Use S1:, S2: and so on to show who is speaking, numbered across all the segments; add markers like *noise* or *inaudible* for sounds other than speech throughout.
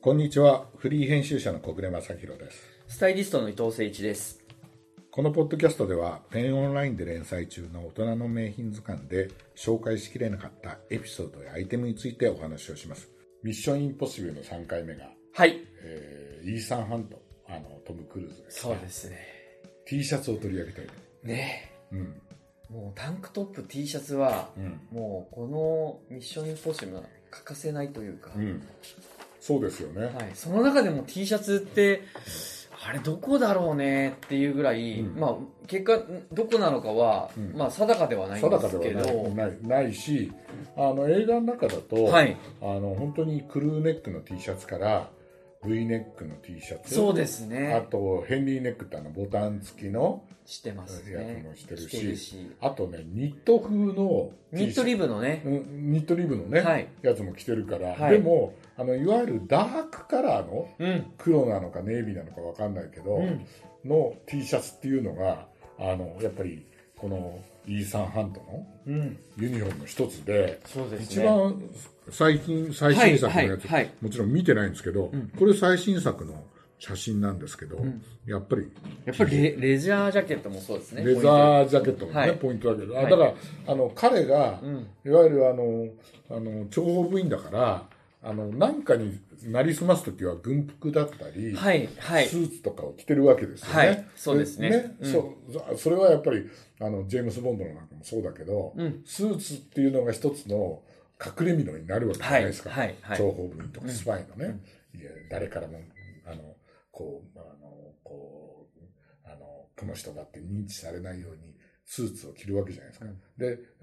S1: こんにちは。フリー編集者の小暮正弘です。
S2: スタイリストの伊藤誠一です。
S1: このポッドキャストでは、ペンオンラインで連載中の大人の名品図鑑で紹介しきれなかったエピソードやアイテムについてお話をします。ミッションインポッシブルの3回目が、
S2: はい。
S1: えーイーサン・ハント、あの、トム・クルーズです、
S2: そうですね。
S1: T シャツを取り上げている。
S2: ね
S1: うん。
S2: もうタンクトップ T シャツは、
S1: うん。
S2: もうこのミッションインポッシブルは欠かせないというか、
S1: うん。そうですよね。
S2: はい。その中でも T シャツって、あれどこだろうねっていうぐらい、
S1: うん
S2: まあ結果どこなのかは、
S1: うん
S2: まあ定かではないん
S1: 定
S2: で
S1: か
S2: すけ
S1: では
S2: ど、
S1: ないないないしあの映画の中だと、
S2: はい。
S1: あの本当にクルーネックの T シャツから V ネックの T シャツ
S2: そうです
S1: あ
S2: ね。
S1: とヘンリーネックってあのボタン付きの
S2: してます
S1: やつ
S2: ね
S1: も。してるし
S2: 着てるし。
S1: あとねニット風の T シャツ
S2: ニットリブのね、
S1: うんニットリブのね、
S2: はい
S1: やつも着てるから、
S2: はい
S1: でもあのいわゆるダークカラーの
S2: うん。
S1: 黒なのかネイビーなのかわかんないけど、
S2: うん
S1: の T シャツっていうのがあのやっぱりこのイーサンハントの
S2: うん。
S1: ユニフォームの一つで
S2: そうですね。
S1: 一番最近最新作のやつ、
S2: はいはいはい
S1: もちろん見てないんですけど、
S2: うん
S1: これ最新作の写真なんですけど、
S2: ん
S1: やっぱり
S2: やっぱりレレジャージャケットもそうですね。
S1: レザージャケットが
S2: は
S1: ね
S2: い
S1: ポイントだけど、あ
S2: はい
S1: だからあの彼が、
S2: うん
S1: いわゆるあのあの諜報部員だからあのなんかになりすます時は軍服だったり、
S2: はい、はい
S1: ス。ーツとかを着てるわけですよね。
S2: はいそうですねうん
S1: そうそれはやっぱりあのジェームス・ボンドのなんかもそうだけど、
S2: うん
S1: スーツっていうのが一つの隠れ蓑になるわけじゃ
S2: は
S1: ない
S2: い、
S1: ですか。
S2: はい、はい。
S1: 諜報部員とかスパイのね、いや誰からもあのこうあのこうあのこの人だって認知されないようにスーツを着るわけじゃないですか。
S2: う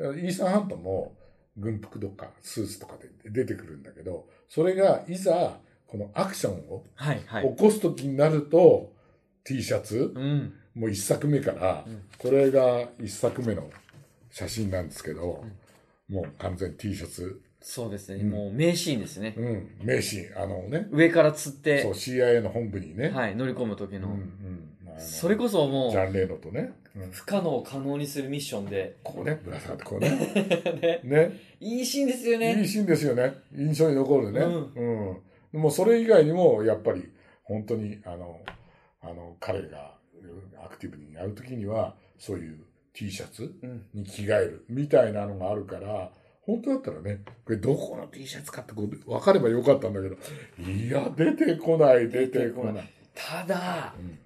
S2: ん
S1: でイーサン・ハントも軍服とかスーツとかで出てくるんだけどそれがいざこのアクションを
S2: はい、はい。
S1: 起こす時になると T シャツ
S2: うん。
S1: もう一作目から
S2: うん
S1: これが一作目の写真なんですけど、もう完全に T シャツ、
S2: そうですね。
S1: うん
S2: もう名シーンですね
S1: う。ん、名シーンあのね
S2: 上から釣っ
S1: そう
S2: て、
S1: CIA の本部にね、
S2: はい、乗り込む時
S1: うんう
S2: の。
S1: んまああの
S2: それこそも
S1: ジャ
S2: う、
S1: ン・レイノとね、うん
S2: 不可能を可能にするミッションで、 *laughs*
S1: こうねぶら下がってこうね
S2: ね
S1: ね
S2: いいシーンですよ
S1: い
S2: ね
S1: い。シーンですよね印象に残るね、
S2: う
S1: うんもうそれ以外にもやっぱり本当にあのあの彼がうんアクティブにやる時にはそういう T シャツ
S2: うん。
S1: に着替えるみたいなのがあるから本当だったらねこれどこの T シャツかってこう分かればよかったんだけどいや出てこない出てこない、
S2: ただ
S1: う、ん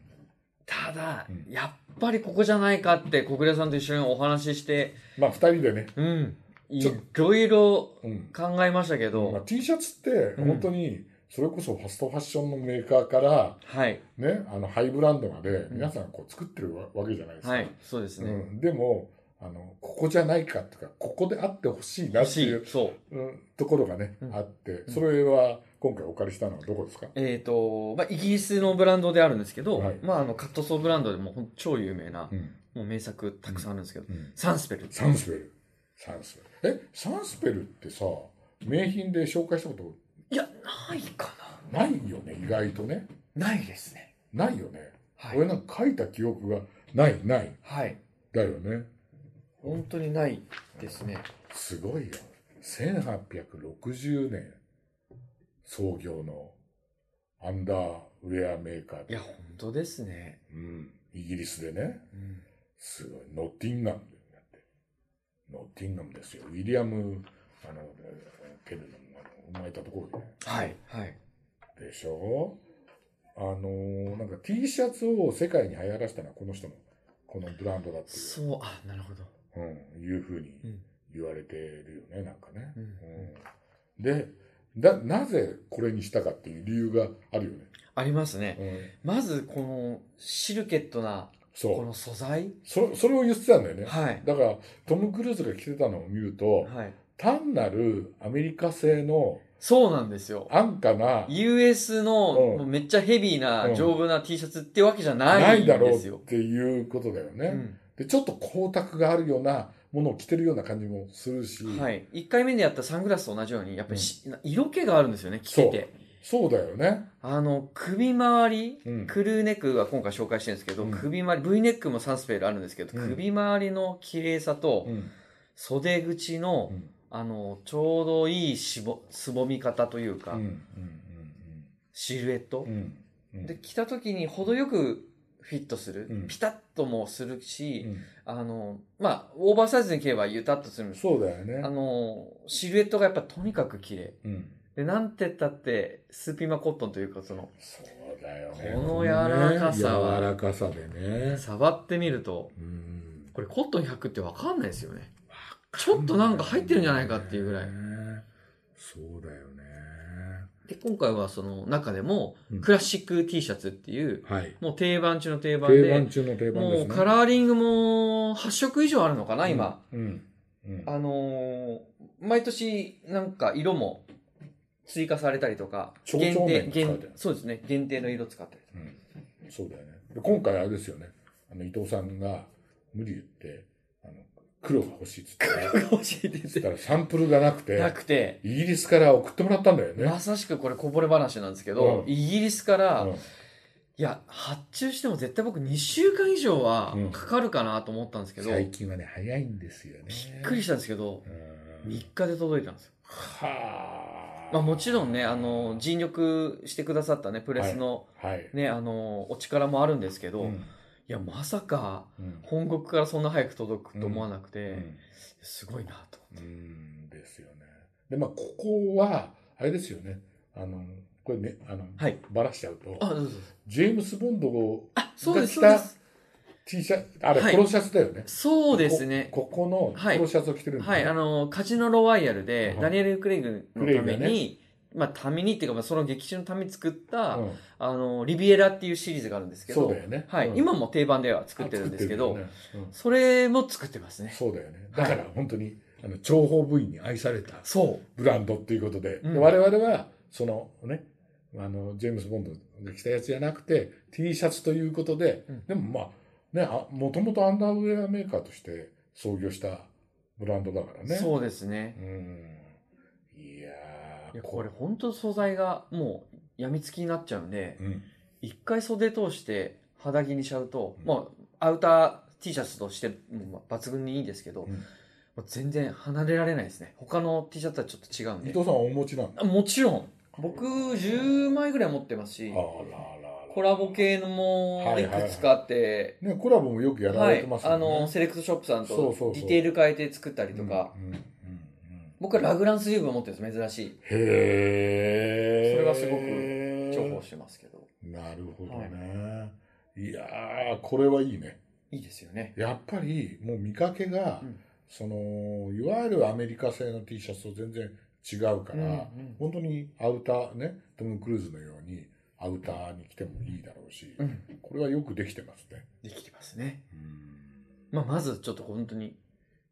S2: ただ
S1: うん、
S2: やっぱりここじゃないかって、小暮さんと一緒にお話しして、
S1: まあ2人でね、
S2: うん。い
S1: ちょ
S2: ろいろ
S1: うん
S2: 考えましたけ
S1: まあ、
S2: ど、
S1: T シャツって
S2: うん
S1: 本当にそれこそファストファッションのメーカーから、
S2: はい、
S1: ね、あのハイブランドまで
S2: ん
S1: 皆さんこう作ってるわわけじゃないですか、
S2: はい、そうです
S1: う
S2: ね。
S1: ん、でもあのここじゃないかっていうかここであってほしいな
S2: 欲
S1: ってい
S2: し
S1: う
S2: い。そう。
S1: うん、ところがね、
S2: うん
S1: あって
S2: ん
S1: それは今回お借りしたのはどこですか、
S2: えーとまあ、イギリスのブランドであるんですけど、
S1: はい
S2: まあ、あのカットソーブランドでもほん超有名な、
S1: うん
S2: もう名作たくさんあるんですけど、
S1: うん
S2: サンスペル
S1: サンスペルサンスペルえサンスペルってさ名品で紹介したこ
S2: いやないか
S1: とないよね意外とね
S2: なないですね
S1: ないよね、
S2: はい、
S1: 俺なんか書いた記憶がないない
S2: はい、
S1: だよね
S2: 本当にないですね
S1: すごいよ1860年創業のアンダーウェアメーカー
S2: い
S1: で
S2: や本当ですね、
S1: うん、イギリスでね
S2: うん
S1: すごいノッティンガムでやってノッティンガムですよウィリアムあのケルのあの生まれたところでね
S2: はいはい
S1: でしょあのーなんか T シャツを世界に流行らせたのはこの人のこのブランドだってい
S2: そうあなるほど、
S1: う,、うん、いうふうに
S2: うん
S1: 言われてるよねなんかね、
S2: うん
S1: うんでだなぜこれにしたかっていう理由があるよね、
S2: ありますね
S1: うん、
S2: まずこのシルケットなこ
S1: そう
S2: の素材
S1: そそれを言ってたんだよね、
S2: はい
S1: だからトム・クルーズが着てたのを見ると、
S2: はい
S1: 単なるアメリカ製の
S2: そうなんですよ
S1: 安価な
S2: US の
S1: うん
S2: もうめっちゃヘビー
S1: うん
S2: な丈夫な T シャツってわけじゃな
S1: ないい
S2: ん
S1: だろう
S2: で
S1: っ
S2: すよ、
S1: ていうことだよね、
S2: うん
S1: でちょっと光沢があるようなものを着てるような感じもするし、
S2: はい、1回目でやったサングラスと同じようにやっぱりし、色気があるんですよね着てて
S1: そうだよね、
S2: あの首周り、
S1: うん
S2: クルーネックは今回紹介してるんですけど、
S1: うん
S2: 首周り V ネックもサンスペルあるんですけど、
S1: うん
S2: 首周りの綺麗さと、
S1: うん
S2: 袖口の,、
S1: うん
S2: あのちょうどいいしぼすぼみ方というか、
S1: うんうんうん
S2: シルエット。
S1: うんうん
S2: で、着た時に程よくフィットする。
S1: うん
S2: ピタッともするし、
S1: うん
S2: あの、まあ、オーバーサイズに着ればゆたっとするんです
S1: そうだよね
S2: あの、シルエットがやっぱとにかく綺麗。
S1: うん
S2: で、なんてったって、スーピマコットンというか、その、
S1: そうだよね
S2: この柔らかさは
S1: ね柔らかさでね
S2: 触ってみると、
S1: うん
S2: これコットン100ってわかんないですよね。ちょっとなんか入ってるんじゃないかっていうぐらい
S1: ね。そうだよね
S2: で、今回はその中でも
S1: うん、
S2: クラシック T シャツっていう、
S1: はい
S2: もう定番中の定番
S1: 定番
S2: で、
S1: 中の定番です
S2: も
S1: ね
S2: うカラーリングも8色以上あるのかな、今。
S1: うんうん
S2: あのー毎年なんか色も追加されたりとか、
S1: 蝶々麺が使われてる
S2: 限定、そうですね、限定の色使ったりとか。
S1: うんそうだよね。で今回あれですよね。あの、伊藤さんが無理言って、あの、黒が欲しいっつって、
S2: *laughs* 欲しいです
S1: つったらサンプルがなく
S2: な
S1: て、
S2: くて、
S1: イギリスから送ってもらったんだよね。
S2: まさしくこれこぼれ話なんですけど、
S1: うん
S2: イギリスから、
S1: うん
S2: いや、発注しても絶対僕2週間以上は
S1: うん
S2: かかるかなと思ったんですけど、
S1: 最近はね、早いんですよね。
S2: びっくりしたんですけど、
S1: うん
S2: 3日で届いたんですよ。
S1: はあ。
S2: まあもちろんね、あの、尽力してくださったね、プレスの、
S1: はい。
S2: ね、あの、お力もあるんですけど、
S1: う
S2: い
S1: ん
S2: や、まさか、
S1: うん
S2: 本国からそんな早く届くと思わなくて、
S1: うん
S2: すごいなと思って。
S1: うんですよね。で、まあ、ここは、あれですよね。あの、これね、あの、
S2: はい
S1: ばらしちゃうと、
S2: あ、どうぞ。
S1: ジェームス・ボンドを
S2: あ、そうです、
S1: が来
S2: そ
S1: た
S2: うです。
S1: T シャツ、あれ、
S2: はい
S1: 黒シャツだよね。
S2: そうですね。
S1: ここの
S2: はい
S1: 黒シャツを着てるんだ
S2: はい、あ
S1: ね
S2: の、カジノロワイヤルで、
S1: うん
S2: ダニエル・クレイグのた
S1: クレ
S2: め
S1: イグが
S2: に、まあ、ためにっていうか、まあ、その劇中のために作った、
S1: うん
S2: あの、リビエラっていうシリーズがあるんですけ
S1: そ
S2: ど、
S1: うだよね。
S2: はい、
S1: うん
S2: 今も定番では作ってるんですけど、
S1: 作ってるよね
S2: それも作ってます
S1: うん
S2: ね。
S1: そうだよね。だから本当に、あの、情報部員に愛された
S2: そう。
S1: ブランドっていうことで、
S2: うん
S1: で我々は、そのね、あの、ジェームス・ボンドが着たやつじゃなくて、T シャツということで
S2: うん、
S1: でもまあ、ねあ、もともとアンダーウェアメーカーとして創業したブランドだからね。
S2: そうですね。
S1: うん。いやー
S2: いや、これ、本当素材がもう、やみつきになっちゃうんで、
S1: うん。
S2: 一回袖通して肌着にしちゃうと、
S1: うん
S2: もうアウター T シャツとしてもう抜群にいいんですけど、
S1: うん
S2: もう全然離れられないですね他の T シャツとはちょっと違うん
S1: 伊
S2: で
S1: 藤さんはお持ちなんだ。
S2: あもちろん僕10枚ぐらい持ってますし
S1: あらあらあら
S2: コラボ系のも
S1: はい
S2: い
S1: はいはい
S2: くつかあって、
S1: ね、コラボもよくやら
S2: は
S1: れ
S2: い
S1: てますよ
S2: あ
S1: ね。
S2: のセレクトショップさん
S1: そうそうそ
S2: と
S1: う
S2: ディテール変えて作ったりとか
S1: うんうんうんうん
S2: 僕はラグランスリーブを持ってるんです珍しい
S1: へえ。
S2: それがすご重宝してますけど、
S1: なるほどね。い、やー、これはいいね。
S2: いいですよね
S1: やっぱり、もう見かけが、
S2: うん
S1: その、いわゆるアメリカ製の T シャツと全然違うから、
S2: うんうん
S1: 本当にアウターね、トム・クルーズのように、アウターに来てもいいだろうし、
S2: うん
S1: これはよくできてますね。
S2: できてますね
S1: うん
S2: まあ、まずちょっと本当に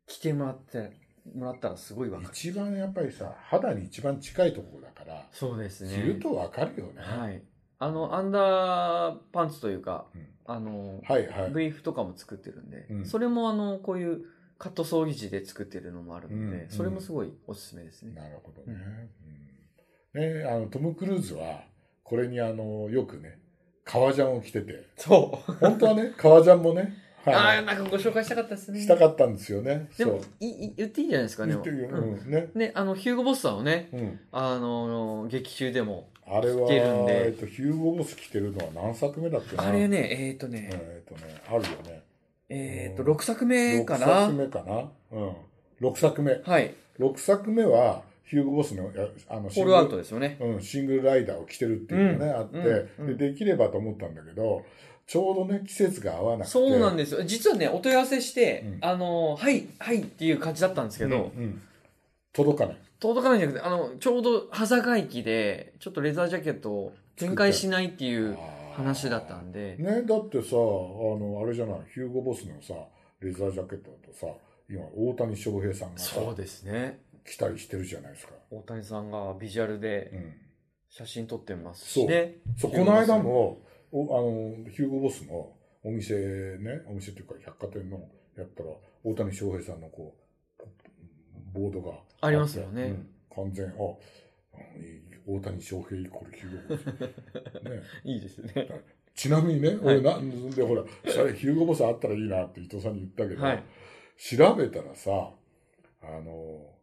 S2: 着てもらってもらったらすごいわかる
S1: 一番やっぱりさ、肌に一番近いところだから、
S2: そうです
S1: 着るとわかるよね。
S2: はいあのアンダーパンツというか、
S1: うん
S2: あの、
S1: はいはい。
S2: ブリーフとかも作ってるんで、
S1: うん
S2: それもあのこういうカット葬儀時で作ってるのもあるので、
S1: うん
S2: それもすごいおすすめですね、
S1: なるほどね。うん、ねあのトム・クルーズは、これにあの、よくね、革ジャンを着て
S2: *laughs*
S1: て、
S2: そう
S1: 本当はね、革ジャンもね、
S2: あ
S1: は
S2: あなんかご紹介したかったです
S1: い、
S2: ね
S1: したかったんですよね。
S2: で
S1: そう
S2: も。いい言っていいんじゃないですかね
S1: 言ってるよ、
S2: うん
S1: うん、ね。
S2: ねあのヒューゴ・ボスさんをね
S1: うん。
S2: あの劇中でも
S1: あれは、
S2: 着てるんで
S1: えっと、ヒューゴ・ボス着てるのは何作目だっけな
S2: あれねえっ、とね、
S1: えっとね、あるよね。
S2: えっ、と
S1: うん
S2: 6作目かな
S1: 6作目かなうん。6作目。
S2: はい
S1: 6作目は、ヒューゴ・ボスの、やあの、
S2: ホールアウトですよね。
S1: うん、シングルライダーを着てるっていうのがね、
S2: うん
S1: あって、
S2: うんうん
S1: で、できればと思ったんだけど、ちょうどね、季節が合わなくて。
S2: そうなん
S1: で
S2: ですよ。実はね、お問い合わせして、
S1: うん
S2: あの、はい、はいっていう感じだったんですけど、
S1: 届かない。
S2: 届かないんじゃなくて、あの、ちょうど端境期で、ちょっとレザージャケットを展開しないっていう話だったんで、
S1: ね、だってさ、あの、あれじゃない、ヒューゴ・ボスのさ、レザージャケットだとさ、今、大谷翔平さんがさ、
S2: そうですね。
S1: 着たりしてるじゃないですか。
S2: 大谷さんがビジュアル
S1: う
S2: で
S1: ん。
S2: 写真撮ってますしね。
S1: そう、
S2: ヒュ
S1: こ
S2: ーゴ
S1: の
S2: ボス
S1: 間も、おあの、ヒューゴ・ボスのお店ね、お店っていうか百貨店のやったら、大谷翔平さんのこう、ボードがって
S2: ありますよね
S1: うん完全、あ、うん大谷翔平イコールヒューゴ・ボス。
S2: *laughs*
S1: ね、
S2: いいですね。
S1: ちなみにね、
S2: はい
S1: 俺なんで、ほら、それヒューゴ・ボスあったらいいなって伊藤さんに言ったけど、
S2: はい。
S1: 調べたらさ、あの、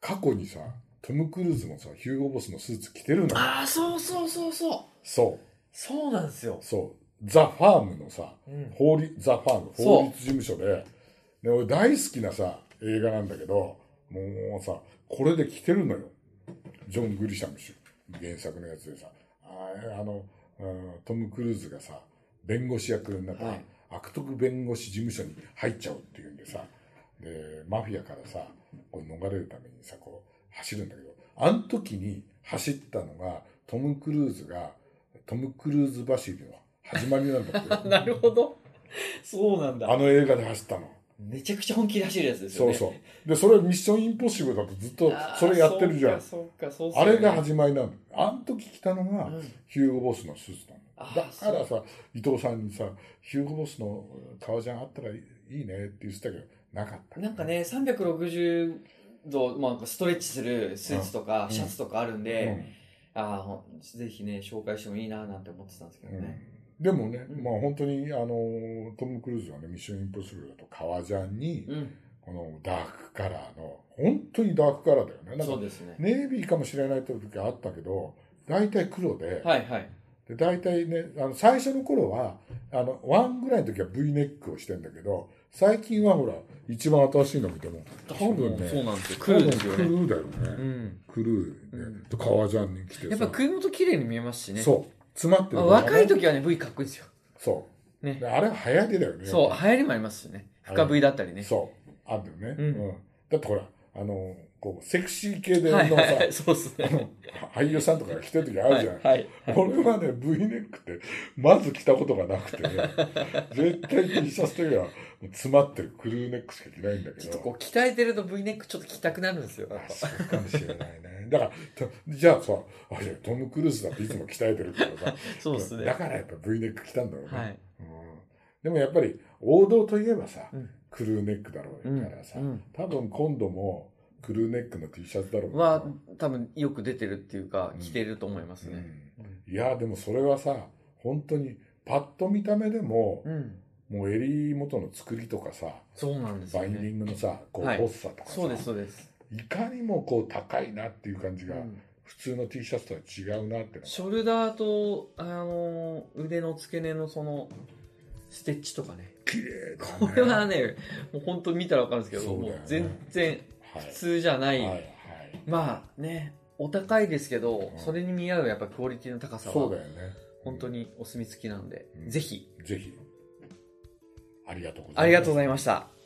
S1: 過去にさ、トム・クルーズもさ、ヒューゴ・ボスのスーツ着てるんだ
S2: ああ、そうそうそうそう。
S1: そ
S2: そうなんですよ
S1: う、。そう。ザ・ファームのさ、
S2: うん。
S1: 法律、ザ・ファーム、
S2: そう
S1: 法律事務所で、で俺大好きなさ、映画なんだけど、もうさ、これで来てるのよ。ジョン・グリシャム氏、原作のやつでさ、ああの、うんトム・クルーズがさ、弁護士役になった、
S2: はい、
S1: 悪徳弁護士事務所に入っちゃうっていうんでさ、で、マフィアからさ、こう逃れるためにさ、こう、走るんだけど、あの時に走ったのが、トム・クルーズが、トム・クルーズ走りの始まりなんだけど
S2: *laughs* なるほど。そうなん
S1: あ
S2: だ。
S1: の映画で走ったの。
S2: めちゃくちゃ本気で走るやつですよ
S1: そう
S2: ね。う
S1: そう。で、それミッションインポッシブルだとずっとそれやってるじゃん。
S2: そうか、そうか、
S1: あれが
S2: 走
S1: 始まりなの。あの時着たのが、ヒューゴボスのスーツな
S2: あ
S1: の。だからさ、伊藤さんにさ、ヒューゴボスの革ジャンあったらいいねって言ってたけど、なかった。
S2: なんかね、360度、まあ、ストレッチするスーツとか、
S1: うん
S2: シャツとかあるん
S1: うん、
S2: で、ああほんぜひね、紹介してもいいななんて思ってたんですけど
S1: うん
S2: ね。
S1: でもね、
S2: うん
S1: まあ本当に、あの、トム・クルーズはね、ミッションインポッシブルだと革ジャンに、
S2: うん、
S1: このダークカラーの、本当にダークカラーだよね。なん
S2: そう
S1: か
S2: ですね。
S1: ネイビーかもしれない時あったけど、大体黒で、
S2: はいはい。
S1: で大体ねあの最初の頃はあのワンぐらいの時は V ネックをしてんだけど最近はほら一番新しいの見ても多分ね
S2: そうなんですよ。来るんですよ
S1: 多
S2: ね。
S1: 分クルーだよ
S2: う
S1: ね、
S2: ん。
S1: クルーで、
S2: うん
S1: で革ジャンに着てさ
S2: やっぱ首元綺麗に見えますしね。
S1: そう詰まってる
S2: まあ
S1: からね
S2: 若い時はね、V かっこいいですよ。
S1: そ
S2: ね
S1: うで。あれは流行りだよね
S2: そう、
S1: やっ
S2: 流行りもありますしね。深 V だった
S1: ぱ
S2: り
S1: り
S2: ね。
S1: そうあるよね、
S2: うん
S1: だってほらあのこうセクシー系での
S2: は
S1: さ、
S2: いはいはい、そうです
S1: あ
S2: ね。
S1: の俳優さんとかが着てる時ある
S2: は
S1: じ
S2: い
S1: ゃん、
S2: はい。
S1: 俺はね V ネックってまず着たことがなく
S2: *laughs*
S1: てね絶対 T シャツというよりは詰まってるクルーネックしか着ないんだけ
S2: ちょっと
S1: ど
S2: こう、鍛えてると V ネックちょっと着たくなるんですよ。
S1: あそうかもしれないねだからとじゃあさあれトム・クルーズだっていつも鍛えてるからさ
S2: そうですね
S1: だ。からやっぱ V ネック着たんだろうね、
S2: はい。
S1: うん、でもやっぱり王道といえばさ、
S2: うん
S1: クルーネックだろ
S2: うん
S1: うからさ、
S2: うん
S1: 多分今度もクルーネックの T シャツだろうな
S2: は、多分よく出てるっていうか
S1: う、ん
S2: 着てると思いますね。
S1: うんいやでもそれはさ本当にパッと見た目でも、
S2: うん。
S1: もう襟元の作りとかさ、
S2: そうなんですよ
S1: バインディ
S2: ね。
S1: ングのさ、こう、
S2: はい
S1: 発作とかさ、
S2: そうです、そうです。
S1: いかにもこう、高いなっていう感じ
S2: う
S1: が、
S2: ん
S1: 普通の T シャツとは違うなってのが
S2: ショルダーと、あのー腕の付け根のその、ステッチとかね。
S1: 綺麗だね。
S2: これはね、もう本当見たらわかるんですけど、
S1: そうだ
S2: も
S1: よね
S2: う全然
S1: はい、
S2: 普通じゃな。
S1: はい、はいい。
S2: まあね、お高いですけど
S1: う、ん
S2: それに見合うやっぱクオリティの高さ
S1: そうだ
S2: は、
S1: よね。
S2: 本当にお墨付きなんで
S1: う、ん
S2: ぜひ、
S1: ぜひ、ありがとうございます。
S2: ありがとうございました。